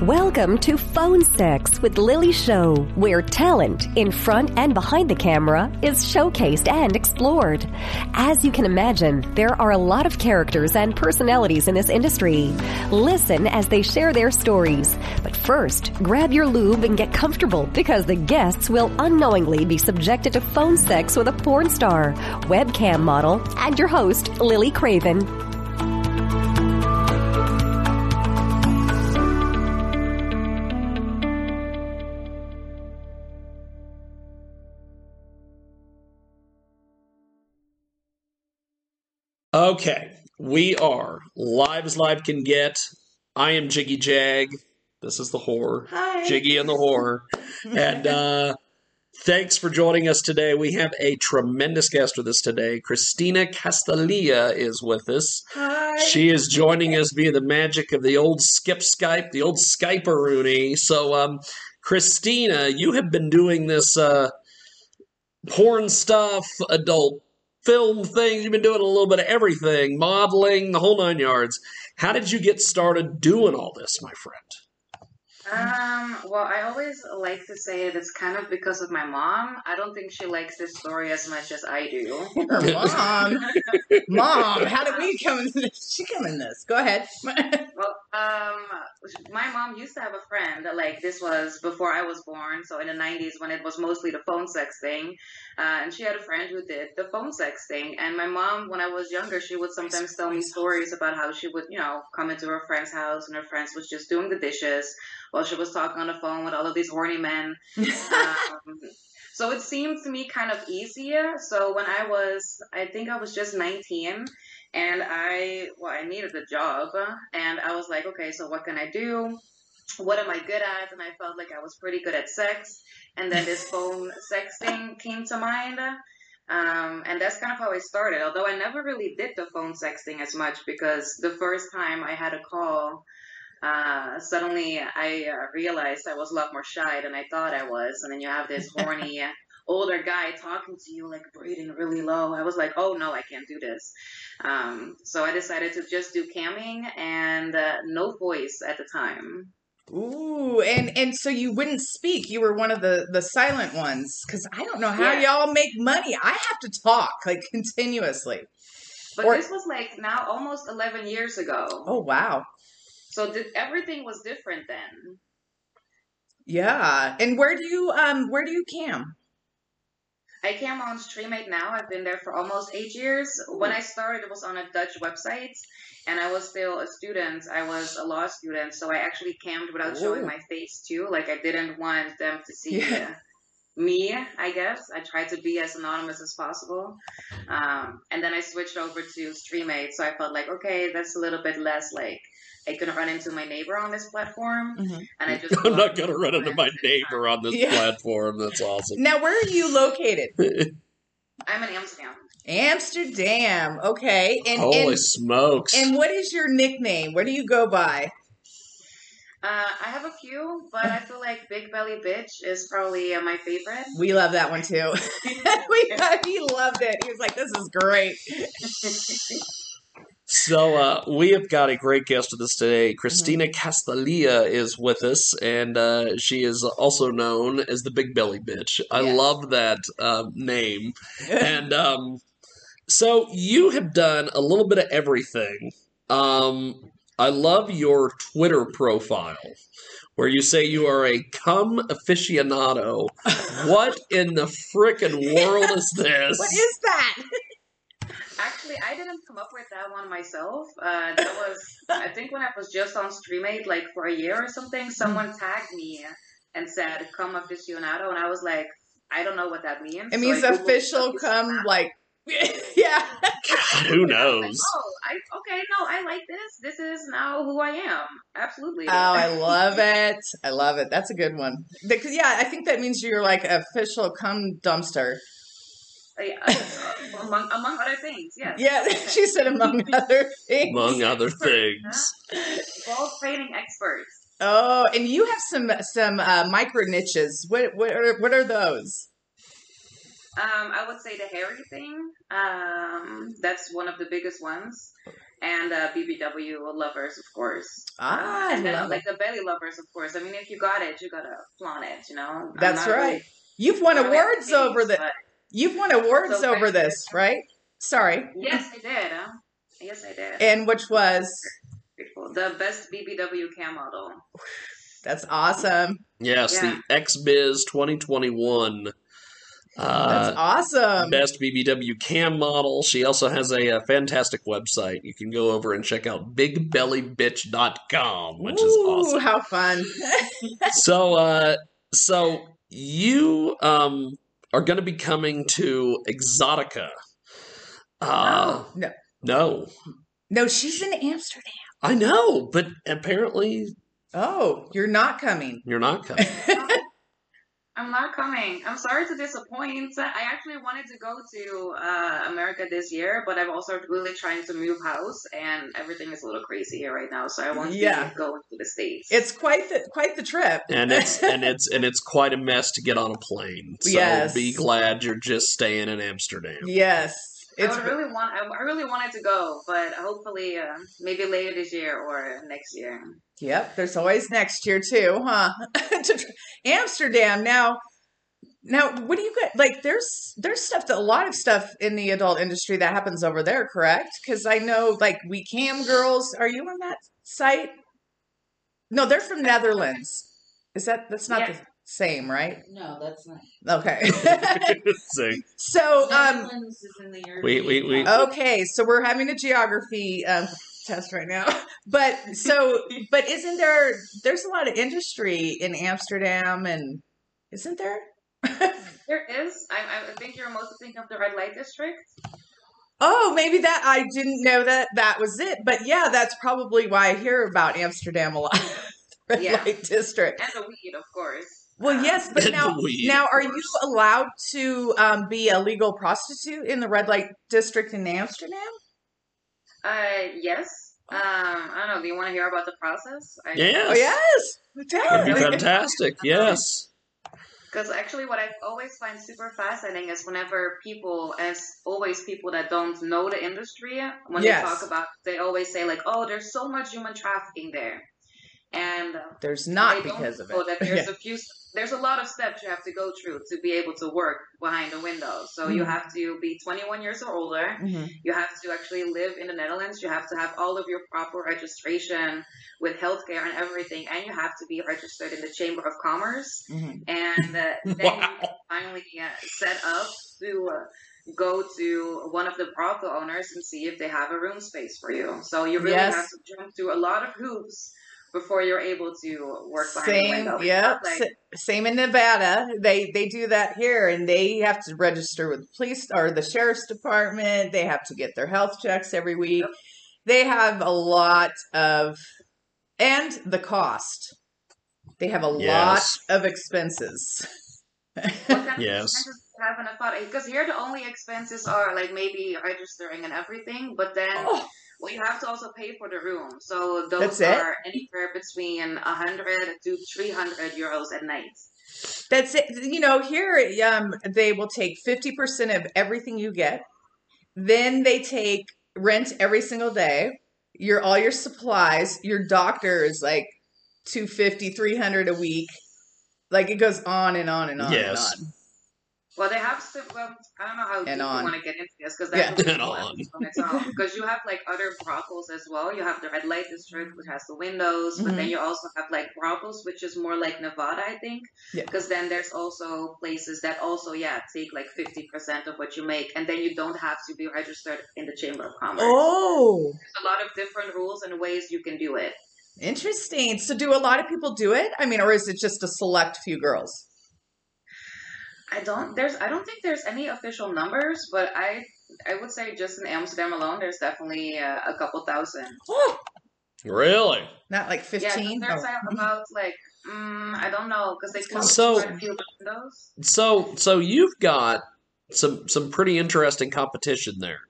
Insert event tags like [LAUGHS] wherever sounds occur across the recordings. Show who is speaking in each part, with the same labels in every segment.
Speaker 1: Welcome to Phone Sex with Lily Show, where talent in front and behind the camera is showcased and explored. As you can imagine, there are a lot of characters and personalities in this industry. Listen as they share their stories. But first, grab your lube and get comfortable because the guests will unknowingly be subjected to phone sex with a porn star, webcam model, and your host, Lily Craven.
Speaker 2: Okay, we are live as live can get. I am Jiggy Jag. This is the horror.
Speaker 3: Hi.
Speaker 2: Jiggy and the horror. and
Speaker 3: [LAUGHS]
Speaker 2: uh, thanks for joining us today. We have a tremendous guest with us today. Christina Castaglia is with us.
Speaker 3: Hi.
Speaker 2: She is joining us via the magic of the old Skip Skype, the old Skyperoony. So, um, Christina, you have been doing this uh, porn stuff, adult film things. You've been doing a little bit of everything, modeling, the whole nine yards. How did you get started doing all this, my friend? [LAUGHS]
Speaker 3: Um, well, I always like to say that it's kind of because of my mom. I don't think she likes this story as much as I do.
Speaker 4: Her [LAUGHS] mom, mom, how did we come into this? She come in this. Go
Speaker 3: [LAUGHS]
Speaker 4: ahead.
Speaker 3: Well, um, my mom used to have a friend, like this was before I was born, so in the 90s when it was mostly the phone sex thing. Uh, and she had a friend who did the phone sex thing. And my mom, when I was younger, she would sometimes tell me stories about how she would, you know, come into her friend's house and her friends was just doing the dishes while she was talking on the phone with all of these horny men. um, so it seemed to me kind of easier. So when I was, I think I was just 19, and I, well, I needed a job, and I was like, okay, so what can I do? What am I good at? And I felt like I was pretty good at sex. And then this phone sex thing came to mind. Um, and that's kind of how I started, although I never really did the phone sex thing as much because the first time I had a call, uh, suddenly I uh, realized I was a lot more shy than I thought I was. And then you
Speaker 4: [LAUGHS]
Speaker 3: have this horny older guy talking to you, like breathing really low. I was like, oh no, I can't do this. Um, so I decided to just do camming and uh, no voice at the time.
Speaker 4: Ooh, and and so you wouldn't speak. You were one of the the silent ones because I don't know how
Speaker 3: Yeah.
Speaker 4: y'all make money. I have to talk like continuously.
Speaker 3: But
Speaker 4: Or-
Speaker 3: this was like now almost 11 years ago.
Speaker 4: Oh wow,
Speaker 3: So th- everything was different then.
Speaker 4: yeah. And where do you um where do you cam?
Speaker 3: I came on Streamate now. I've been there for almost eight years. When I started, it was on a Dutch website, and I was still a student. I was a law student, so I actually cammed without showing
Speaker 4: Ooh.
Speaker 3: my face too. Like I didn't want them to see
Speaker 4: Yeah.
Speaker 3: me. I guess I tried to be as anonymous as possible, um, and then I switched over to Streamate. So I felt like, okay, that's a little bit less like I couldn't run into my neighbor on this platform,
Speaker 4: Mhm.
Speaker 3: and I just
Speaker 2: Mm-hmm. [LAUGHS] I'm not
Speaker 3: loved
Speaker 2: going to run into my neighbor on this
Speaker 4: Yeah.
Speaker 2: platform. That's awesome.
Speaker 4: Now where are you located?
Speaker 3: I'm in Amsterdam.
Speaker 4: Amsterdam. Okay. And
Speaker 2: Holy
Speaker 4: and,
Speaker 2: smokes.
Speaker 4: and what is your nickname? What do you go by?
Speaker 3: Uh, I have a few, but I feel like Big Belly Bitch is probably uh, my favorite.
Speaker 4: We love that one too. [LAUGHS] we he loved it. He was like, "This is great."
Speaker 2: So uh, we have got a great guest with us today. Christina
Speaker 4: Mm-hmm.
Speaker 2: Castaglia is with us, and uh, she is also known as the Big Belly Bitch. I
Speaker 4: Yes.
Speaker 2: love that um,
Speaker 4: [LAUGHS]
Speaker 2: name. and um, so you have done a little bit of everything. Um, I love your Twitter profile where you say you are a cum aficionado. what
Speaker 4: [LAUGHS]
Speaker 2: in the frickin' world is this?
Speaker 4: What is that?
Speaker 3: Actually, I didn't come up with that one myself. Uh, that was, I think, when I was just on StreamAid, like for a year or something,
Speaker 4: Mm-hmm.
Speaker 3: someone tagged me and said, come aficionado. And I was like, I don't know what that means.
Speaker 4: It means
Speaker 3: so I Googled
Speaker 4: official
Speaker 3: aficionado.
Speaker 4: come like, [LAUGHS] yeah.
Speaker 2: God, who
Speaker 3: I was like,
Speaker 2: knows?
Speaker 3: oh, I, okay, no, I like this. This is now who I am. Absolutely.
Speaker 4: Oh, I love it. I love it. That's a good one. Because yeah, I think that means you're like official come dumpster.
Speaker 3: Yeah, uh, among, among other things, yes.
Speaker 4: Yeah, [LAUGHS] she said among [LAUGHS] other things.
Speaker 2: Among other things.
Speaker 3: Ball training experts.
Speaker 4: Oh, and you have some some uh, micro niches. What what are, what are those?
Speaker 3: Um, I would say the hairy thing. Um, that's one of the biggest ones. and uh, BBW lovers, of course.
Speaker 4: Ah,
Speaker 3: Uh,
Speaker 4: I
Speaker 3: and then,
Speaker 4: love it.
Speaker 3: like the belly lovers, of course. I mean, if you got it, you gotta flaunt it. You know, I'm
Speaker 4: That's
Speaker 3: not
Speaker 4: right.
Speaker 3: really
Speaker 4: You've won
Speaker 3: one of the
Speaker 4: awards
Speaker 3: things,
Speaker 4: over the.
Speaker 3: but-
Speaker 4: You've won awards
Speaker 3: So
Speaker 4: over
Speaker 3: thank
Speaker 4: this, right? Sorry.
Speaker 3: Yes, I did. Huh? Yes, I did.
Speaker 4: And which was
Speaker 3: Grateful. the best BBW cam model.
Speaker 4: that's awesome.
Speaker 2: Yes,
Speaker 3: Yeah.
Speaker 2: the X Biz 2021.
Speaker 4: That's
Speaker 2: Uh,
Speaker 4: awesome.
Speaker 2: Best BBW cam model. She also has a, uh fantastic website. You can go over and check out bigbellybitch.com, which is
Speaker 4: Ooh, [LAUGHS]
Speaker 2: awesome.
Speaker 4: How fun.
Speaker 2: so uh so you um are going to be coming to Exotica. Uh
Speaker 4: Oh, No.
Speaker 2: no.
Speaker 4: No, she's in Amsterdam.
Speaker 2: I know, but apparently
Speaker 4: Oh, you're not coming.
Speaker 2: you're not coming.
Speaker 3: I'm not coming. I'm sorry to disappoint. I actually wanted to go to uh, America this year, but I'm also really trying to move house, and everything is a little crazy here right now. So I won't
Speaker 4: Yeah.
Speaker 3: be going to the states.
Speaker 4: It's quite the quite the trip.
Speaker 2: and it's and it's and it's quite a mess to get on a plane. So
Speaker 4: Yes.
Speaker 2: be glad you're just staying in Amsterdam.
Speaker 4: [LAUGHS] yes. It's
Speaker 3: I would really want. I, I really wanted to go, but hopefully, uh, maybe later this year or next year.
Speaker 4: Yep, there's always next year too, huh? [LAUGHS] To tr- Amsterdam now. Now, what do you get? Like, there's there's stuff that a lot of stuff in the adult industry that happens over there, correct? Because I know, like, we cam girls. Are you on that site? No, they're from Netherlands. Is that that's not
Speaker 3: Yeah.
Speaker 4: the same, right?
Speaker 5: No, that's not.
Speaker 4: Okay.
Speaker 2: [LAUGHS]
Speaker 4: [LAUGHS]
Speaker 2: so
Speaker 4: so, um,
Speaker 5: Netherlands is in the
Speaker 2: Wait,
Speaker 5: European
Speaker 2: wait, wait.
Speaker 5: Cup.
Speaker 4: Okay, so we're having a geography um, test right now. [LAUGHS] But so, but isn't there? There's a lot of industry in Amsterdam, and isn't there?
Speaker 3: There is. I, I think you're mostly thinking of the red light district.
Speaker 4: oh, maybe that I didn't know that that was it. But yeah, that's probably why I hear about Amsterdam a lot. [LAUGHS] Red
Speaker 3: Yeah.
Speaker 4: light district.
Speaker 3: and the weed, of course.
Speaker 4: Well,
Speaker 3: Um,
Speaker 4: yes, but
Speaker 2: And
Speaker 4: now,
Speaker 2: the weed,
Speaker 4: now
Speaker 2: of
Speaker 4: are you
Speaker 2: course.
Speaker 4: allowed to um, be a legal prostitute in the red light district in Amsterdam?
Speaker 3: Uh, yes. Um, I don't know. Do you want to hear about the process? I,
Speaker 2: Yes.
Speaker 4: Oh yes,
Speaker 2: that'd be
Speaker 4: Totally. [LAUGHS]
Speaker 2: fantastic. Yes.
Speaker 3: Because actually, what I always find super fascinating is whenever people, as always, people that don't know the industry, when
Speaker 4: Yes.
Speaker 3: they talk about, they always say like, "Oh, there's so much human trafficking there," and uh,
Speaker 4: There's
Speaker 3: they
Speaker 4: not
Speaker 3: don't
Speaker 4: because of
Speaker 3: know
Speaker 4: it. [LAUGHS]
Speaker 3: That
Speaker 4: Yeah.
Speaker 3: there's a few, there's a lot of steps you have to go through to be able to work behind the window. So you
Speaker 4: Mhm.
Speaker 3: have to be 21 years or older.
Speaker 4: Mhm.
Speaker 3: You have to actually live in the Netherlands. You have to have all of your proper registration with healthcare and everything, and you have to be registered in the Chamber of Commerce.
Speaker 4: Mhm. [LAUGHS]
Speaker 3: And uh, then
Speaker 2: Wow.
Speaker 3: you can finally uh, set up to uh, go to one of the brothel owners and see if they have a room space for you. So you really
Speaker 4: Yes.
Speaker 3: have to jump through a lot of hoops before you're able to work behind the
Speaker 4: Same,
Speaker 3: window. It's
Speaker 4: yep.
Speaker 3: not like-
Speaker 4: sa- Same in Nevada. They they do that here, and they have to register with the police or the sheriff's department. They have to get their health checks every week.
Speaker 3: Yep.
Speaker 4: They have a lot of, and the cost. They have a
Speaker 2: Yes.
Speaker 4: lot of expenses. [LAUGHS]
Speaker 3: What kind
Speaker 2: Yes.
Speaker 3: of expenses do you have in a thought? Because here the only expenses are like maybe registering and everything, but then
Speaker 4: Oh,
Speaker 3: well, you have to also pay for the room. So those
Speaker 4: That's it?
Speaker 3: are anywhere between 100 to 300 euros at night.
Speaker 4: that's it. You know, here um, they will take fifty percent of everything you get. Then they take rent every single day. Your all your supplies. Your doctor is like 250 300 a week like it goes on and on and on
Speaker 2: Yes.
Speaker 4: and on
Speaker 3: Well, they have some. Well, I don't know how deep you
Speaker 4: on.
Speaker 3: want to get into this because
Speaker 4: Yeah.
Speaker 3: that's
Speaker 2: And on.
Speaker 3: Because you have like other brothels as well. You have the red light district, which has the windows, but
Speaker 4: Mm-hmm.
Speaker 3: then you also have like brothels, which is more like Nevada, I think.
Speaker 4: Yeah.
Speaker 3: Because then there's also places that also, yeah, take like 50% of what you make, and then you don't have to be registered in the Chamber of Commerce.
Speaker 4: oh
Speaker 3: There's a lot of different rules and ways you can do it.
Speaker 4: interesting so do a lot of people do it i mean or is it just a select few girls
Speaker 3: I don't there's I don't think there's any official numbers, but I I would say just in Amsterdam alone, there's definitely uh, a couple thousand.
Speaker 4: oh,
Speaker 2: Really?
Speaker 4: not like
Speaker 3: Yeah, 'cause
Speaker 4: 15
Speaker 3: there's um, like, about like mm, I don't know because they closed
Speaker 2: So-
Speaker 3: quite a few windows.
Speaker 2: So so you've got some some pretty interesting competition there.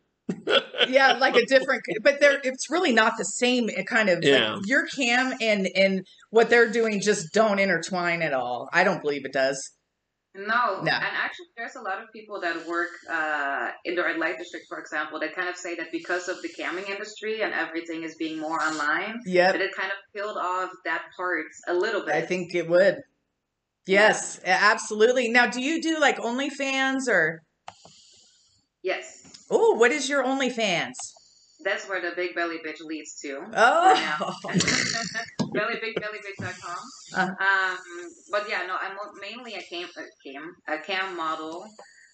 Speaker 4: yeah like a different but they're it's really not the same kind of like,
Speaker 2: Yeah.
Speaker 4: your cam and and what they're doing just don't intertwine at all i don't believe it does
Speaker 3: No.
Speaker 4: No.
Speaker 3: and actually, there's a lot of people that work uh, in the red light district, for example, that kind of say that because of the camming industry and everything is being more online, that
Speaker 4: Yep.
Speaker 3: it kind of killed off that part a little bit.
Speaker 4: I think it would. Yes, a- absolutely. Now, do you do like OnlyFans or
Speaker 3: yes,
Speaker 4: oh, what is your OnlyFans?
Speaker 3: that's where the big belly bitch leads to.
Speaker 4: Oh, [LAUGHS]
Speaker 3: bellybigbellybig.com.
Speaker 4: Uh-huh.
Speaker 3: Um, but yeah, no, I'm mo- mainly a cam, a cam, a cam model.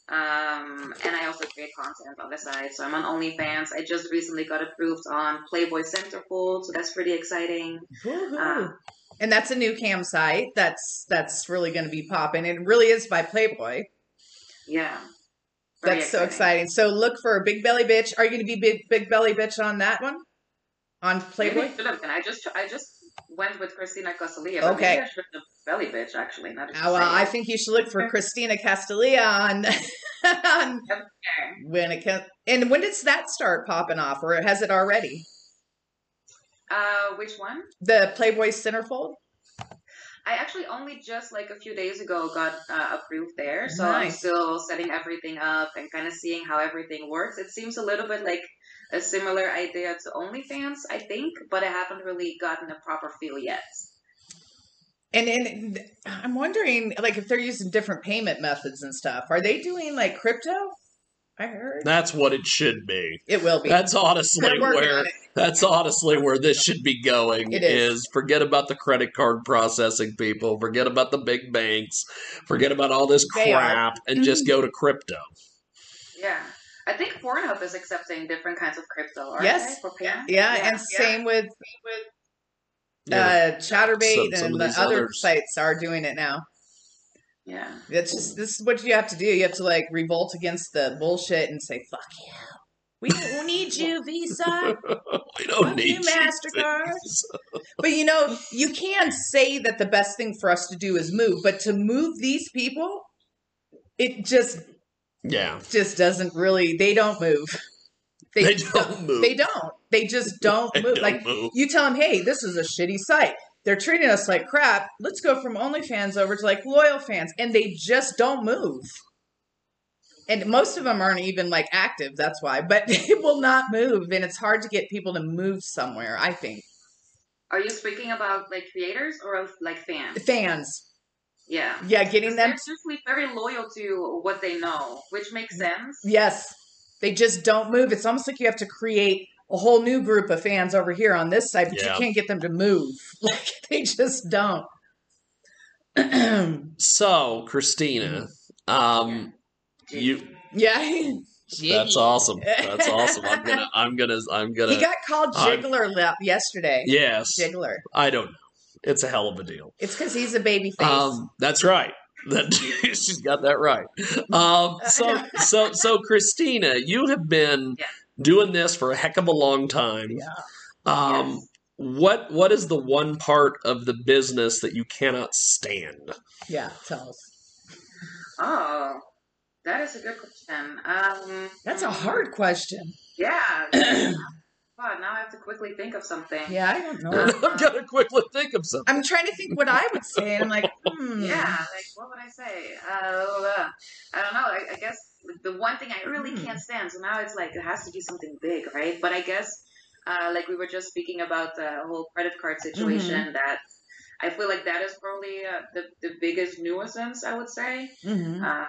Speaker 3: Um, and I also create content on the side. So I'm on OnlyFans. I just recently got approved on Playboy Centerfold, so that's pretty exciting.
Speaker 4: Woohoo.
Speaker 3: Uh,
Speaker 4: and that's a new cam site. That's that's really going to be popping. It really is by Playboy.
Speaker 3: Yeah. Very
Speaker 4: That's so exciting. So look for Big Belly Bitch. Are you going to be big, big Belly Bitch on that one? On Playboy?
Speaker 3: [LAUGHS] Maybe I should have been. I just I just went with Christina Casalia. But
Speaker 4: Okay.
Speaker 3: Maybe I should have belly bitch actually. Not
Speaker 4: Oh, well, I think you should look for Christina Castilla on, [LAUGHS] on when it comes. And when does that start popping off, or has it already?
Speaker 3: Uh, which one?
Speaker 4: The Playboy Centerfold.
Speaker 3: I actually only just like a few days ago got uh, approved there, so I'm
Speaker 4: Nice.
Speaker 3: still setting everything up and kind of seeing how everything works. It seems a little bit like a similar idea to OnlyFans, I think, but I haven't really gotten a proper feel yet.
Speaker 4: And and I'm wondering, like, if they're using different payment methods and stuff. Are they doing like crypto? I heard
Speaker 2: That's what it should be.
Speaker 4: it will be.
Speaker 2: That's honestly
Speaker 4: They're working
Speaker 2: where
Speaker 4: on it.
Speaker 2: that's honestly where this should be going
Speaker 4: It
Speaker 2: is.
Speaker 4: is.
Speaker 2: forget about the credit card processing people, forget about the big banks, forget about all this
Speaker 4: They are. Mm-hmm.
Speaker 2: crap and just go to crypto.
Speaker 3: Yeah, I think Pornhub is accepting different kinds of crypto. Aren't
Speaker 4: Yes.
Speaker 3: they, for payment?
Speaker 4: Yeah,
Speaker 3: Yeah,
Speaker 4: and
Speaker 3: yeah.
Speaker 4: same with
Speaker 2: Yeah.
Speaker 4: uh, Chatterbait
Speaker 2: Some- some of
Speaker 4: and the
Speaker 2: these
Speaker 4: other
Speaker 2: others.
Speaker 4: sites are doing it now.
Speaker 3: Yeah,
Speaker 4: That's just this is what you have to do. You have to like revolt against the bullshit and say "fuck you." We don't need you, Visa.
Speaker 2: we don't
Speaker 4: Fuck
Speaker 2: need you.
Speaker 4: you, Mastercard. But you know, you can say that the best thing for us to do is move, but to move these people, it just
Speaker 2: [LAUGHS] Yeah.
Speaker 4: just doesn't really. They don't move. They,
Speaker 2: They
Speaker 4: don't,
Speaker 2: don't move.
Speaker 4: They don't. They just don't
Speaker 2: [LAUGHS] They
Speaker 4: move.
Speaker 2: don't
Speaker 4: like
Speaker 2: move.
Speaker 4: you tell them, hey, this is a shitty site. They're treating us like crap. Let's go from OnlyFans over to like loyal fans, and they just don't move. And most of them aren't even like active. That's why. But [LAUGHS] they will not move, and it's hard to get people to move somewhere. I think
Speaker 3: are you speaking about like creators or of, like fans?
Speaker 4: fans.
Speaker 3: Yeah.
Speaker 4: Yeah, getting them.
Speaker 3: They're usually very loyal to what they know, which makes sense.
Speaker 4: Yes, they just don't move. It's almost like you have to create a whole new group of fans over here on this side, but
Speaker 2: Yeah.
Speaker 4: you can't get them to move. [LAUGHS] Like they just don't. [CLEARS THROAT]
Speaker 2: So, Christina, um you
Speaker 4: yeah, [LAUGHS]
Speaker 2: that's awesome. That's awesome. I'm going to I'm going to I'm going
Speaker 4: he
Speaker 2: to
Speaker 4: got called
Speaker 2: Uh, I-
Speaker 4: Jiggler le- yesterday.
Speaker 2: Yes.
Speaker 4: Jiggler.
Speaker 2: I don't know. It's a hell of a deal.
Speaker 4: It's because he's a baby face.
Speaker 2: Um, that's right. That [LAUGHS] she's got that right. Um,
Speaker 4: Uh,
Speaker 2: so so so Christina, you have been
Speaker 4: [LAUGHS]
Speaker 3: Yeah.
Speaker 2: doing this for a heck of a long time.
Speaker 4: Yeah.
Speaker 2: Um,
Speaker 3: Yes.
Speaker 2: what what is the one part of the business that you cannot stand? [LAUGHS]
Speaker 4: yeah, tell us.
Speaker 3: Oh, that is a good question. Um,
Speaker 4: That's a hard question. [CLEARS THROAT]
Speaker 3: Yeah. God, now I have to quickly think of something.
Speaker 4: Yeah, I don't
Speaker 3: [LAUGHS]
Speaker 4: know.
Speaker 2: I've got to quickly think of something.
Speaker 4: I'm trying to think what I would say, and I'm like, hmm.
Speaker 3: Yeah, like what would I say? Uh, I don't know. I, I guess the one thing I really
Speaker 4: Hmm.
Speaker 3: can't stand. So now it's like it has to be something big, right? But I guess, uh, like we were just speaking about the whole credit card
Speaker 4: Mm-hmm.
Speaker 3: situation. That I feel like that is probably uh, the the biggest nuisance I would say.
Speaker 4: Mhm.
Speaker 3: Uh,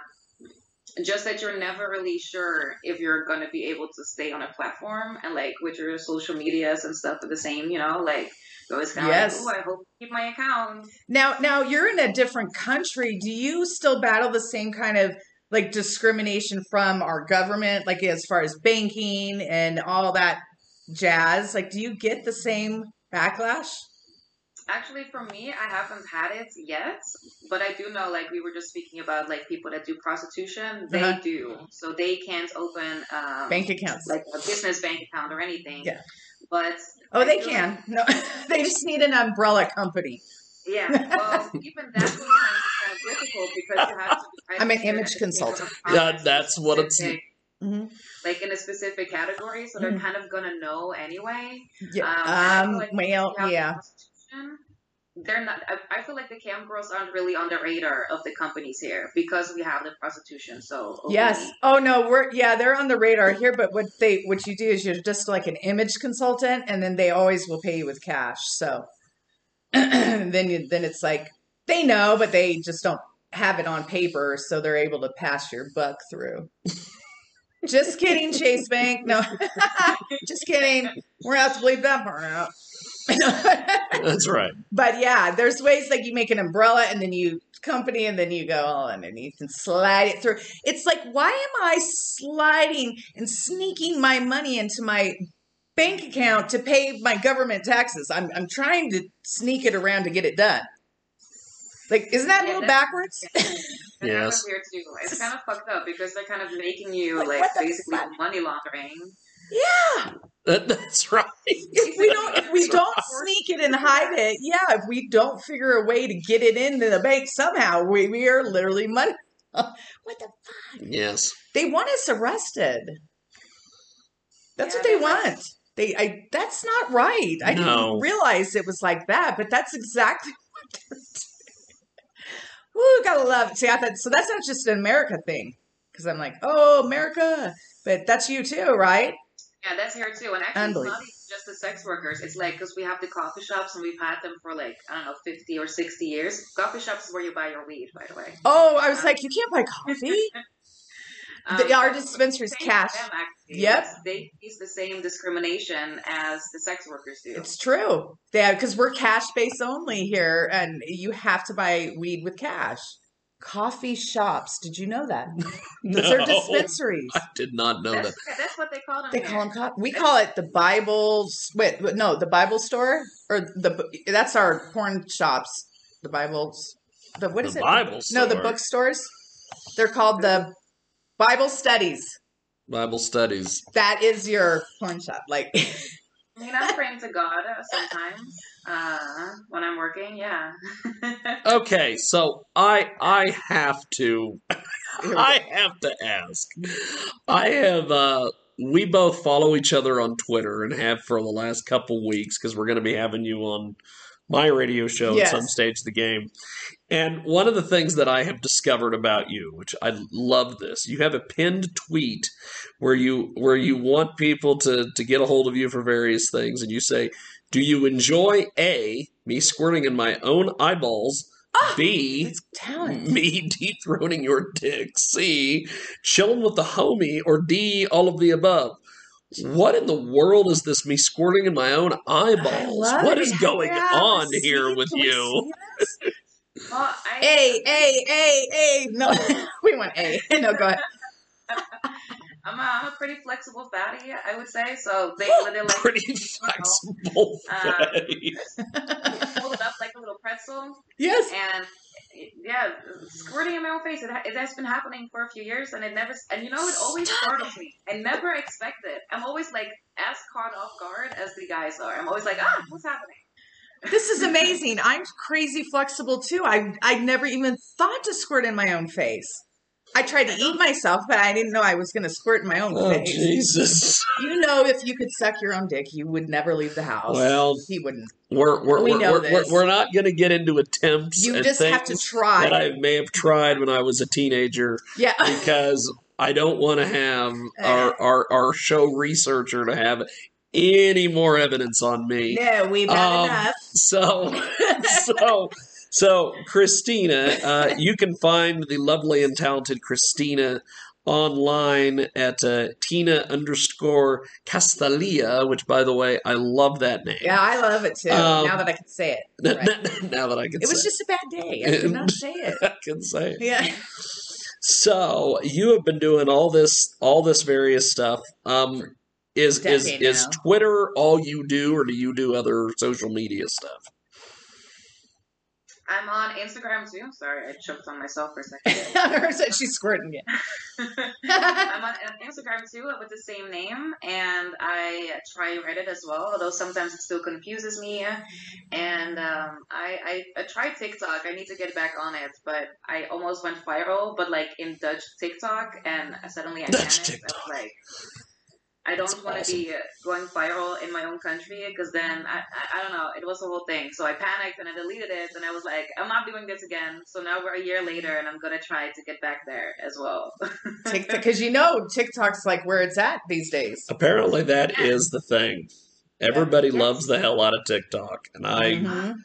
Speaker 3: just that you're never really sure if you're going to be able to stay on a platform and like with your social medias and stuff are the same, you know, like you always kind of
Speaker 4: Yes.
Speaker 3: like, oh, I hope I keep my account.
Speaker 4: Now, now you're in a different country. Do you still battle the same kind of like discrimination from our government, like as far as banking and all that jazz? Like, do you get the same backlash?
Speaker 3: Actually, for me, I haven't had it yet, but I do know, like we were just speaking about, like people that do prostitution, they
Speaker 4: Uh-huh.
Speaker 3: do, so they can't open um,
Speaker 4: Bank accounts?
Speaker 3: like a business bank account or anything.
Speaker 4: Yeah.
Speaker 3: But
Speaker 4: oh,
Speaker 3: I
Speaker 4: they
Speaker 3: feel
Speaker 4: can. No, [LAUGHS] they just need an umbrella company.
Speaker 3: Yeah, well, even that sometimes is kind of difficult because you have to. be-
Speaker 4: I'm an
Speaker 3: you're
Speaker 4: image
Speaker 3: in a
Speaker 4: consultant.
Speaker 3: specific
Speaker 2: Yeah, that's what it's-
Speaker 3: specific-
Speaker 4: Mhm.
Speaker 3: like in a specific category, so they're
Speaker 4: Mhm.
Speaker 3: kind of gonna know anyway.
Speaker 4: Yeah.
Speaker 3: Um, I
Speaker 4: Um,
Speaker 3: feel like
Speaker 4: well,
Speaker 3: you have
Speaker 4: yeah.
Speaker 3: prostitution, they're not. I, I feel like the cam girls aren't really on the radar of the companies here because we have the prostitution. So
Speaker 4: Yes.
Speaker 3: openly.
Speaker 4: Oh no, we're yeah, they're on the radar here, but what they what you do is you're just like an image consultant and then they always will pay you with cash. So [CLEARS THROAT] then you then it's like they know, but they just don't have it on paper, so they're able to pass your buck through. [LAUGHS] just kidding, Chase Bank. No. [LAUGHS] just kidding. We're gonna have to leave that part out.
Speaker 2: That's right.
Speaker 4: But yeah, there's ways like you make an umbrella and then you company and then you go all underneath and slide it through. It's like, why am I sliding and sneaking my money into my bank account to pay my government taxes? I'm, I'm trying to sneak it around to get it done. Like, isn't that a
Speaker 3: Yeah,
Speaker 4: little
Speaker 3: that's-
Speaker 4: backwards?
Speaker 3: That's
Speaker 2: Yes.
Speaker 3: kind of weird too. It's kind of fucked up because they're kind of making you
Speaker 4: Like,
Speaker 3: like,
Speaker 4: what the
Speaker 3: basically
Speaker 4: fuck?
Speaker 3: money laundering.
Speaker 4: yeah.
Speaker 2: That- that's right.
Speaker 4: If we don't, if we don't sneak it and hide it, yeah. If we don't figure a way to get it into the bank somehow, we, we are literally money. [LAUGHS] what the
Speaker 2: Yes.
Speaker 4: They want us arrested. That's
Speaker 3: Yeah,
Speaker 4: what they
Speaker 3: they're like-
Speaker 4: want. They, I, that's not right. I
Speaker 2: No.
Speaker 4: didn't realize it was like that, but that's exactly [LAUGHS] what they're doing. Ooh, gotta love it. See, I thought, so that's not just an America thing. Cause I'm like, oh, America, but that's you too, right?
Speaker 3: Yeah, that's here too. And actually, it's
Speaker 4: Unbelievable.
Speaker 3: not even just the sex workers. It's like because we have the coffee shops and we've had them for like I don't know, fifty or sixty years. Coffee shops is where you buy your weed, by the way.
Speaker 4: [LAUGHS] Oh, I was like, you can't buy coffee.
Speaker 3: [LAUGHS]
Speaker 4: the, our dispensary's
Speaker 3: Um, same
Speaker 4: cash.
Speaker 3: for them, actually.
Speaker 4: Yep.
Speaker 3: It's- They use the same discrimination as the sex workers do.
Speaker 4: It's true. Yeah, because we're cash based only here, and you have to buy weed with cash. Coffee shops. Did you know
Speaker 2: [LAUGHS]
Speaker 4: that? They're
Speaker 2: No.
Speaker 4: dispensaries.
Speaker 2: I did not know
Speaker 3: that's,
Speaker 2: that.
Speaker 3: that's what they call them.
Speaker 4: They
Speaker 3: here.
Speaker 4: call them cop. We call it the Bible. s- Wait, wait, no, the Bible store or the that's our porn shops. The Bibles. The what is
Speaker 2: the
Speaker 4: it?
Speaker 2: Bible
Speaker 4: no, the
Speaker 2: store.
Speaker 4: bookstores. They're called the Bible studies.
Speaker 2: Bible studies.
Speaker 4: That is your porn shop. Like, [LAUGHS]
Speaker 3: I mean, I'm praying to God uh, sometimes uh, when I'm working. Yeah.
Speaker 2: Okay, so I I have to [LAUGHS] I have to ask. I have uh we both follow each other on Twitter and have for the last couple weeks because we're going to be having you on my radio show
Speaker 4: Yes.
Speaker 2: at some stage of the game. And one of the things that I have discovered about you, which I love this, you have a pinned tweet where you where you want people to to get a hold of you for various things, and you say, "Do you enjoy a me squirting in my own eyeballs?" B
Speaker 4: it's talent.
Speaker 2: [LAUGHS] me dethroning your dick. C, chilling with the homie. Or D, all of the above. What in the world is this? Me squirting in my own
Speaker 4: I
Speaker 2: eyeballs.
Speaker 4: love
Speaker 2: What
Speaker 4: it.
Speaker 2: is going
Speaker 4: Yeah,
Speaker 2: on
Speaker 4: see?
Speaker 2: here with
Speaker 4: Can
Speaker 2: [LAUGHS]
Speaker 4: we
Speaker 2: you?
Speaker 4: see it?
Speaker 3: Well, I,
Speaker 4: A, A, A, A. No, [LAUGHS] we want A. No, go ahead.
Speaker 3: I'm, a, I'm a pretty flexible fatty, I would say. So they, they
Speaker 4: [LAUGHS]
Speaker 3: like
Speaker 2: Pretty flexible
Speaker 3: Um,
Speaker 2: face.
Speaker 3: fold it up like a little pretzel,
Speaker 4: Yes.
Speaker 3: and yeah, squirting in my own face. It, ha- it has been happening for a few years, and it never. And you know, it always startles me. I never expect it. I'm always like as caught off guard as the guys are. I'm always like, ah, what's happening?
Speaker 4: This is amazing. I'm crazy flexible too. I I never even thought to squirt in my own face. I tried to eat myself, but I didn't know I was going to squirt in my own
Speaker 2: Oh,
Speaker 4: face.
Speaker 2: Jesus.
Speaker 4: You know, if you could suck your own dick, you would never leave the house.
Speaker 2: Well,
Speaker 4: he wouldn't.
Speaker 2: We're, we're, we
Speaker 4: We
Speaker 2: are
Speaker 4: know
Speaker 2: we're,
Speaker 4: this.
Speaker 2: we're, we're not going to get into attempts
Speaker 4: You
Speaker 2: at
Speaker 4: just have to
Speaker 2: things
Speaker 4: try.
Speaker 2: that I may have tried when I was a teenager
Speaker 4: yeah.
Speaker 2: [LAUGHS] because I don't want to have our, our, our show researcher to have any more evidence on me.
Speaker 4: No, we've had
Speaker 2: Um,
Speaker 4: enough.
Speaker 2: So, so, so, Christina,
Speaker 4: [LAUGHS]
Speaker 2: uh, you can find the lovely and talented Christina online at uh, Tina underscore Castalia, which, by the way, I love that name.
Speaker 4: Yeah, I love it too.
Speaker 2: um,
Speaker 4: now that I can say it.
Speaker 2: N-
Speaker 4: Right.
Speaker 2: n- [LAUGHS] now that I can
Speaker 4: It was
Speaker 2: say
Speaker 4: just a bad day. I could not say it.
Speaker 2: I can say it.
Speaker 4: Yeah. [LAUGHS]
Speaker 2: So you have been doing all this, all this various stuff. Um, is is
Speaker 4: Decade
Speaker 2: is
Speaker 4: now.
Speaker 2: Twitter all you do, or do you do other social media stuff?
Speaker 3: I'm on Instagram too. Sorry, I choked on myself for a
Speaker 4: [LAUGHS]
Speaker 3: second.
Speaker 4: She's
Speaker 2: [LAUGHS]
Speaker 4: squirting it.
Speaker 3: I'm on Instagram too uh, with the same name, and I try Reddit as well, although sometimes it still confuses me. And um, I, I, I tried TikTok. I need to get back on it, but I almost went viral, but like in Dutch TikTok, and suddenly I
Speaker 2: Dutch
Speaker 3: panicked. I was
Speaker 2: TikTok.
Speaker 3: like, I don't
Speaker 2: That's
Speaker 3: want to
Speaker 2: awesome.
Speaker 3: be going viral in my own country because then I, I I don't know. It was the whole thing. So I panicked and I deleted it and I was like, I'm not doing this again. So now we're a year later and I'm gonna try to get back there as well.
Speaker 4: TikTok, because you know TikTok's like where it's at these days.
Speaker 2: Apparently, that is the thing. Everybody
Speaker 3: Yeah.
Speaker 2: loves the hell out of TikTok, and I
Speaker 4: Mhm.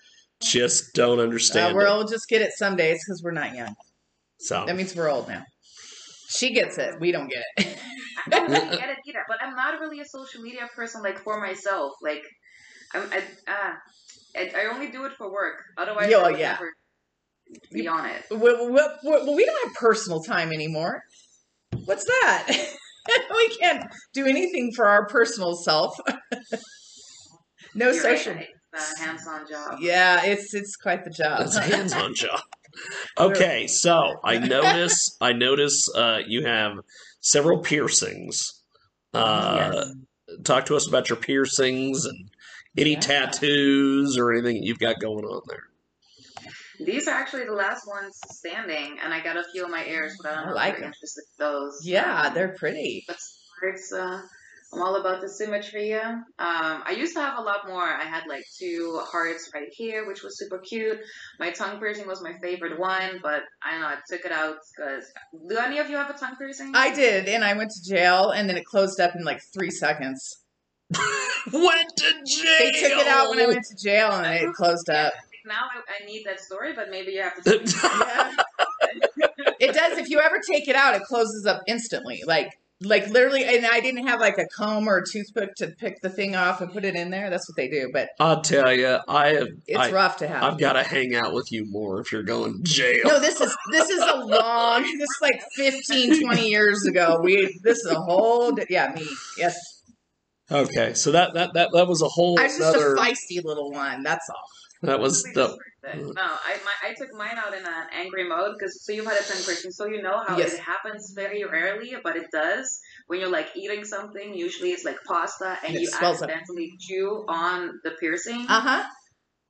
Speaker 2: just don't
Speaker 4: Uh,
Speaker 2: understand. it.
Speaker 4: we'll just get it some days because we're not young.
Speaker 2: So [LAUGHS]
Speaker 4: That means we're old now. She gets it. We don't get it. [LAUGHS]
Speaker 3: I don't really get it either, but I'm not really a social media person like for myself. Like I'm I uh, I, I only do it for work. Otherwise,
Speaker 4: Yeah, oh,
Speaker 3: I would
Speaker 4: yeah.
Speaker 3: never be on it.
Speaker 4: well, well, well, well, we don't have personal time anymore. What's that? [LAUGHS] we can't do anything for our personal self. [LAUGHS] no
Speaker 3: You're right,
Speaker 4: social.
Speaker 3: It's a hands-on job.
Speaker 4: Yeah, it's it's quite the job. [LAUGHS]
Speaker 2: That's a hands-on job. Okay, so I notice I notice uh, you have several piercings. Uh, Talk to us about your piercings and any
Speaker 4: Yeah.
Speaker 2: tattoos or anything that you've got going on there.
Speaker 3: These are actually the last ones standing, and I got a few in my ears, but I
Speaker 4: I
Speaker 3: don't know
Speaker 4: like
Speaker 3: if you're
Speaker 4: 'em.
Speaker 3: interested in those.
Speaker 4: yeah,
Speaker 3: Um,
Speaker 4: they're pretty.
Speaker 3: but swords, uh, I'm all about the symmetry. Um, I used to have a lot more. I had like two hearts right here, which was super cute. My tongue piercing was my favorite one, but I don't know. I took it out because. Do any of you have a tongue piercing?
Speaker 4: I did, and I went to jail, and then it closed up in like three seconds.
Speaker 2: Went to jail.
Speaker 4: They took it out when I went to jail, and it closed up.
Speaker 3: now I, I need that story, but maybe you have
Speaker 2: [LAUGHS]
Speaker 3: to. Tell me.
Speaker 4: Yeah. it does. If you ever take it out, it closes up instantly. Like, like literally. And I didn't have like a comb or a toothpick to pick the thing off and put it in there. That's what they do. But
Speaker 2: I'll tell you, I have.
Speaker 4: it's
Speaker 2: I,
Speaker 4: rough to have.
Speaker 2: I've got to hang out with you more if you're going to jail.
Speaker 4: no, this is this is a long. This is like 15, 20 years ago. We this is a whole. di- Yeah, me. Yes,
Speaker 2: Okay, so that that that, that was a whole
Speaker 4: I was just
Speaker 2: other.
Speaker 4: a feisty little one. That's all.
Speaker 2: That was
Speaker 3: Completely
Speaker 2: the.
Speaker 3: different. No, I, my, I took mine out in an angry mode because so you've had a tongue piercing, so you know how
Speaker 4: Yes.
Speaker 3: it happens very rarely, but it does when you're like eating something. Usually it's like pasta, and,
Speaker 4: And it
Speaker 3: you
Speaker 4: swells up.
Speaker 3: accidentally chew on the piercing,
Speaker 4: Uh huh.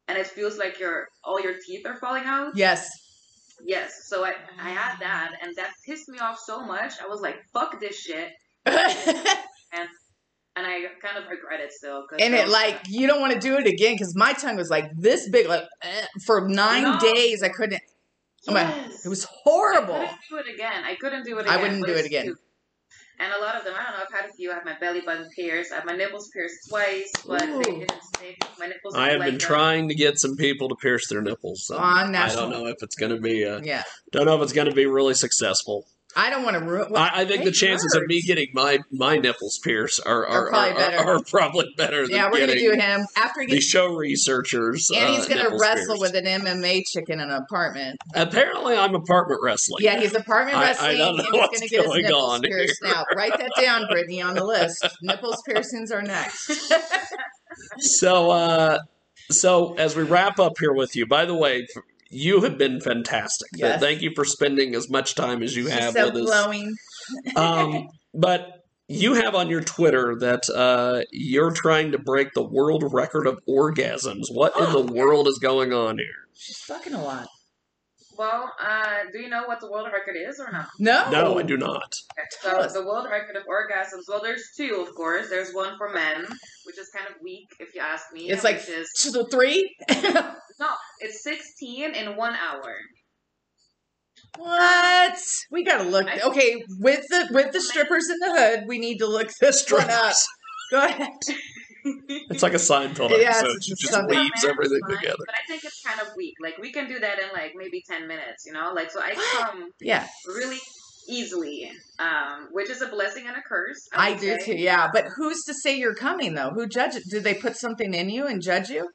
Speaker 3: and it feels like your all your teeth are falling out.
Speaker 4: Yes. [LAUGHS]
Speaker 3: Yes, so I I had that, and that pissed me off so much. I was like, "Fuck this shit,"
Speaker 4: and
Speaker 3: and I kind of regret it still. 'cause that
Speaker 4: it
Speaker 3: was-
Speaker 4: like you don't want to do it again because my tongue was like this big like eh, for nine
Speaker 3: No.
Speaker 4: days I couldn't oh my-
Speaker 3: Yes.
Speaker 4: It was
Speaker 3: I
Speaker 4: horrible.
Speaker 3: couldn't do it again. I couldn't do it
Speaker 4: I
Speaker 3: again.
Speaker 4: wouldn't
Speaker 3: but
Speaker 4: do it
Speaker 3: it's
Speaker 4: again.
Speaker 3: cute. And a lot of them, I don't know, I've had a few. I have my belly button pierced. I have my nipples pierced twice, but
Speaker 4: Ooh.
Speaker 3: they didn't stay. My nipples
Speaker 2: I
Speaker 3: were
Speaker 2: have
Speaker 3: like
Speaker 2: been
Speaker 3: that.
Speaker 2: trying to get some people to pierce their nipples. So
Speaker 4: On
Speaker 2: I
Speaker 4: national-
Speaker 2: don't know if it's going to be. Uh,
Speaker 4: Yeah.
Speaker 2: don't know if it's going to be really successful.
Speaker 4: I don't want to ruin well,
Speaker 2: I, I think the
Speaker 4: it
Speaker 2: chances of me
Speaker 4: hurts.
Speaker 2: getting my my nipples pierced are are,
Speaker 4: Are
Speaker 2: are,
Speaker 4: probably
Speaker 2: are,
Speaker 4: better.
Speaker 2: are probably better than
Speaker 4: Yeah, we're gonna
Speaker 2: getting
Speaker 4: do him after he
Speaker 2: the
Speaker 4: gets
Speaker 2: show researchers.
Speaker 4: and he's
Speaker 2: uh,
Speaker 4: gonna
Speaker 2: nipples
Speaker 4: wrestle
Speaker 2: pierced.
Speaker 4: with an MMA chicken in an apartment.
Speaker 2: Apparently, I'm apartment wrestling.
Speaker 4: yeah, he's apartment
Speaker 2: I- I
Speaker 4: wrestling
Speaker 2: don't know
Speaker 4: and
Speaker 2: what's
Speaker 4: he's gonna get his
Speaker 2: going
Speaker 4: nipples
Speaker 2: on
Speaker 4: pierced now. Write that down, Brittany, on the list. Nipples piercings
Speaker 2: [LAUGHS]
Speaker 4: are next.
Speaker 2: So, uh, so as we wrap up here with you, by the way, you have been fantastic.
Speaker 4: Yes.
Speaker 2: Thank you for spending as much time as you
Speaker 4: She's
Speaker 2: have
Speaker 4: so
Speaker 2: with us.
Speaker 4: glowing.
Speaker 2: [LAUGHS] Um, but you have on your Twitter that uh, you're trying to break the world record of orgasms. What in the world is going on here?
Speaker 4: She's fucking a lot.
Speaker 3: Well, uh, do you know what the world record is or not?
Speaker 4: No.
Speaker 2: No, I do
Speaker 4: [LAUGHS]
Speaker 2: not.
Speaker 3: Okay,
Speaker 4: Tell
Speaker 3: So
Speaker 4: us.
Speaker 3: the world record of orgasms. Well, there's two, of course. There's one for men, which is kind of weak, if you ask me.
Speaker 4: It's like
Speaker 3: which is
Speaker 4: she's a three?
Speaker 3: no, it's 16 in one hour.
Speaker 4: What? We gotta look. Okay, with the with the strippers in the hood, we need to look this one up.
Speaker 2: Strippers.
Speaker 4: Go ahead.
Speaker 2: It's like a Seinfeld
Speaker 4: Yeah, it's-
Speaker 2: episode.
Speaker 4: it's
Speaker 2: She just
Speaker 4: something.
Speaker 2: weaves
Speaker 3: Man's
Speaker 2: everything
Speaker 3: fine,
Speaker 2: together.
Speaker 3: But I think it's kind of weak. Like we can do that in like maybe 10 minutes, you know? Like so
Speaker 4: [GASPS]
Speaker 3: I
Speaker 4: What?
Speaker 3: come
Speaker 4: Yeah,
Speaker 3: really easily, um, which is a blessing and a curse.
Speaker 4: I
Speaker 3: would
Speaker 4: do
Speaker 3: say.
Speaker 4: too. Yeah, but who's to say you're coming though? Who judges? Do they put something in you and judge you?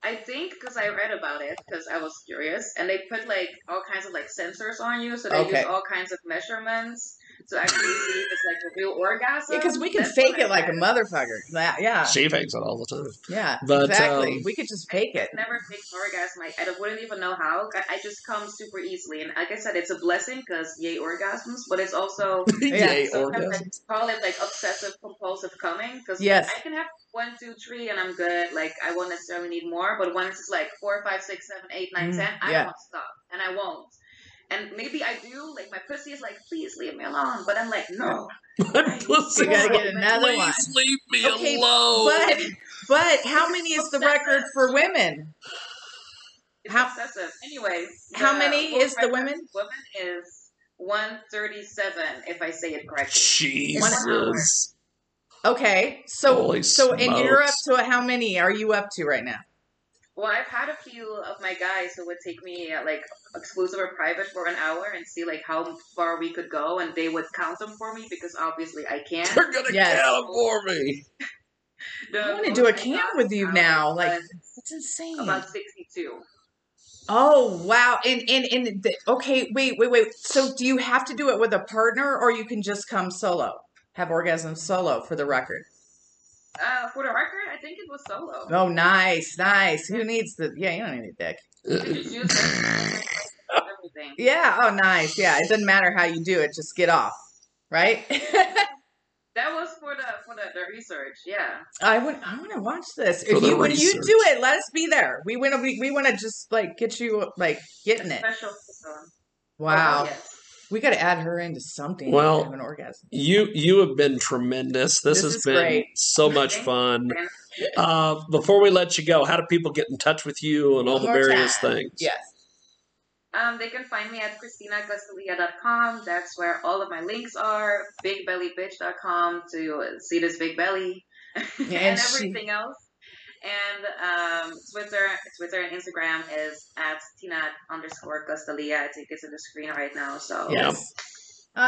Speaker 3: I think because I read about it because I was curious, and they put like all kinds of like sensors on you, so they
Speaker 4: Okay.
Speaker 3: use all kinds of measurements to actually see if it's like a real orgasm.
Speaker 4: Because we can
Speaker 3: That's
Speaker 4: fake
Speaker 3: what I
Speaker 4: it like a
Speaker 3: read.
Speaker 4: motherfucker. Yeah, yeah,
Speaker 2: She fakes it all the time.
Speaker 4: yeah.
Speaker 2: [LAUGHS] But,
Speaker 4: exactly.
Speaker 2: um,
Speaker 4: we could just fake it.
Speaker 3: never fake orgasm. Like, I wouldn't even know how. I, I just come super easily, and like I said, it's a blessing because yay orgasms, but it's also
Speaker 4: Yeah,
Speaker 2: Yay, [LAUGHS]
Speaker 3: sometimes
Speaker 2: orgasm.
Speaker 3: I call it like obsessive compulsive coming because
Speaker 4: Yes.
Speaker 3: I can have one, two, three, and I'm good. Like I won't necessarily need more, but once it's like four, five, six, seven, eight, nine,
Speaker 4: Mm,
Speaker 3: ten, I
Speaker 4: yeah.
Speaker 3: won't stop, and I won't. And maybe I do, like my pussy is like, please leave me alone. But I'm like,
Speaker 4: [LAUGHS]
Speaker 3: no.
Speaker 2: My pussy
Speaker 4: You gotta
Speaker 2: is
Speaker 4: get another
Speaker 2: Please
Speaker 4: one.
Speaker 2: leave me
Speaker 4: Okay,
Speaker 2: alone.
Speaker 4: But but how many is the record for women?
Speaker 3: It's
Speaker 4: How-
Speaker 3: excessive. Anyways.
Speaker 4: how
Speaker 3: the
Speaker 4: many
Speaker 3: world
Speaker 4: is the
Speaker 3: record
Speaker 4: women?
Speaker 3: for Women is 137, if I say it correctly.
Speaker 2: Jesus.
Speaker 4: Okay, so
Speaker 2: Holy
Speaker 4: so and you're up
Speaker 2: smokes.
Speaker 4: to how many are you up to right now?
Speaker 3: Well, I've had a few of my guys who would take me uh, like exclusive or private for an hour and see like how far we could go, and they would count them for me because obviously I can't.
Speaker 2: They're gonna
Speaker 4: Yes.
Speaker 2: count 'em for me.
Speaker 4: I wanna do a cam with you now, like- That's insane.
Speaker 3: about sixty-two.
Speaker 4: Oh wow! And and and the, okay, wait, wait, wait. So do you have to do it with a partner, or you can just come solo, have orgasm solo for the record?
Speaker 3: Uh, for the record, I think it was solo.
Speaker 4: Oh, nice, nice. Who needs the? Yeah, you don't need a dick.
Speaker 3: I just used it for everything.
Speaker 4: [LAUGHS] Yeah. Oh, nice. Yeah, it doesn't matter how you do it. Just get off, right? [LAUGHS]
Speaker 3: That was for the for the, the research. Yeah.
Speaker 4: I would. I want to watch this.
Speaker 2: For
Speaker 4: If
Speaker 2: the
Speaker 4: you when you
Speaker 2: research.
Speaker 4: do it, let us be there. We want to. We, we want to just like get you like getting it.
Speaker 3: Special. episode.
Speaker 4: Wow.
Speaker 3: Oh, yes.
Speaker 4: We got to add her into something.
Speaker 2: Well,
Speaker 4: to have an orgasm.
Speaker 2: You you have been tremendous. This,
Speaker 4: This
Speaker 2: has
Speaker 4: is
Speaker 2: been
Speaker 4: great.
Speaker 2: so much
Speaker 3: Thank you.
Speaker 2: fun. Uh, before we let you go, how do people get in touch with you and all
Speaker 4: One
Speaker 2: the
Speaker 4: more
Speaker 2: various
Speaker 4: time.
Speaker 2: things?
Speaker 4: Yes.
Speaker 3: Um, they can find me at ChristinaGastalia.com. That's where all of my links are. BigBellyBitch.com to see this big belly [LAUGHS] and,
Speaker 4: and she-
Speaker 3: everything else. And um, Twitter, Twitter and Instagram is at Tina underscore Gastalia. I think it's in the screen right now. So
Speaker 4: Yes.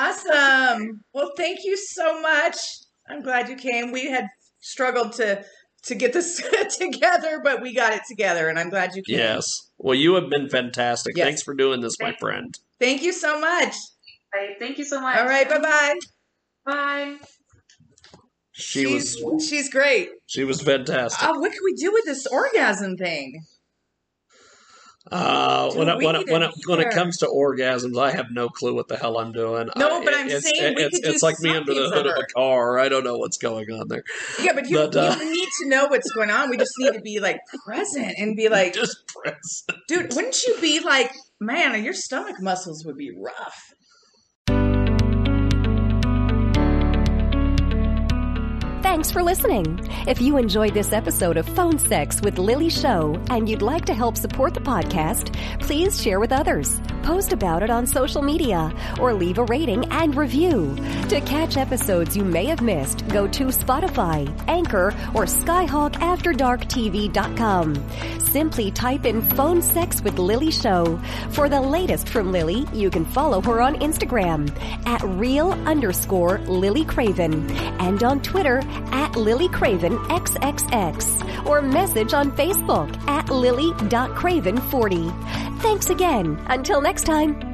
Speaker 4: Awesome. Well, thank you so much. I'm glad you came. We had struggled to to get this [LAUGHS] together, but we got it together, and I'm glad you came.
Speaker 2: Yes. Well, you have been fantastic.
Speaker 4: Yes.
Speaker 2: Thanks for doing this, my
Speaker 3: Thank you.
Speaker 2: friend.
Speaker 4: Thank you so much.
Speaker 3: I thank you so much.
Speaker 4: All right, bye bye.
Speaker 3: Bye.
Speaker 2: She
Speaker 4: she's,
Speaker 2: was
Speaker 4: she's great.
Speaker 2: she was fantastic.
Speaker 4: Uh, what can we do with this orgasm thing?
Speaker 2: Uh,
Speaker 4: Dude,
Speaker 2: when I, when, I,
Speaker 4: we need
Speaker 2: when,
Speaker 4: to
Speaker 2: I, when it
Speaker 4: hear.
Speaker 2: comes to orgasms, I have no clue what the hell I'm doing.
Speaker 4: No,
Speaker 2: I-
Speaker 4: but I'm
Speaker 2: it's,
Speaker 4: saying we
Speaker 2: it's,
Speaker 4: could do
Speaker 2: it's like me under the
Speaker 4: something
Speaker 2: hood of
Speaker 4: for
Speaker 2: a car. I don't know what's going on there.
Speaker 4: Yeah, but you,
Speaker 2: But, uh,
Speaker 4: you need to know what's going on. We just need to be like present and be like,
Speaker 2: Just press.
Speaker 4: dude, wouldn't you be like, man, your stomach muscles would be rough.
Speaker 1: Thanks for listening. If you enjoyed this episode of Phone Sex with Lily Show and you'd like to help support the podcast, please share with others, post about it on social media, or leave a rating and review. To catch episodes you may have missed, go to Spotify, Anchor, or SkyhawkAfterDarkTV.com. Simply type in Phone Sex with Lily Show. For the latest from Lily, you can follow her on Instagram at real underscore Lily Craven and on Twitter at Lily Craven XXX or message on Facebook at Lily.Craven40. Thanks again. Until next time.